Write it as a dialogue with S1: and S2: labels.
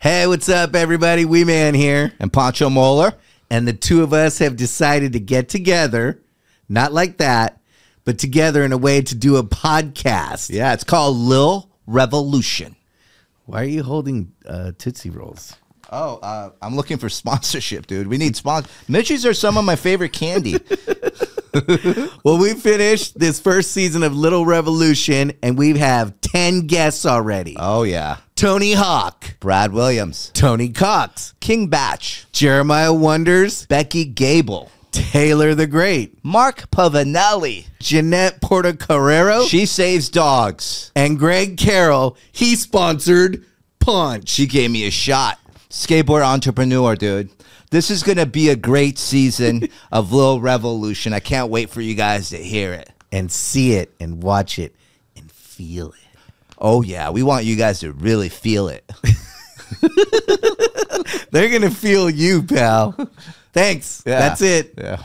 S1: Hey, what's up, everybody? We Man here, and Pancho Moeller, and the two of us have decided to get together, not like that, but together in a way to do a podcast.
S2: Yeah, it's called Lil Revolution.
S1: Why are you holding uh, Tootsie Rolls?
S2: Oh, uh, I'm looking for sponsorship, dude. We need sponsors. Mitchies are some of my favorite candy.
S1: Well, we finished this first season of Little Revolution, and we have 10 guests already
S2: oh yeah,
S1: Tony Hawk,
S2: Brad Williams,
S1: Tony Cox,
S2: King Batch,
S1: Jeremiah Wonders,
S2: Becky Gable,
S1: Taylor the Great,
S2: Mark Pavanelli.
S1: Jeanette Porta Carrero,
S2: She saves dogs.
S1: and Greg Carroll. He sponsored Punch.
S2: She gave me a shot. Skateboard entrepreneur, dude. This is gonna be a great season of Lil Revolution. I can't wait for you guys to hear it.
S1: and see it and watch it and feel it.
S2: Oh yeah, we want you guys to really feel it.
S1: They're going to feel you, pal. Thanks.
S2: Yeah.
S1: That's it.
S2: Yeah.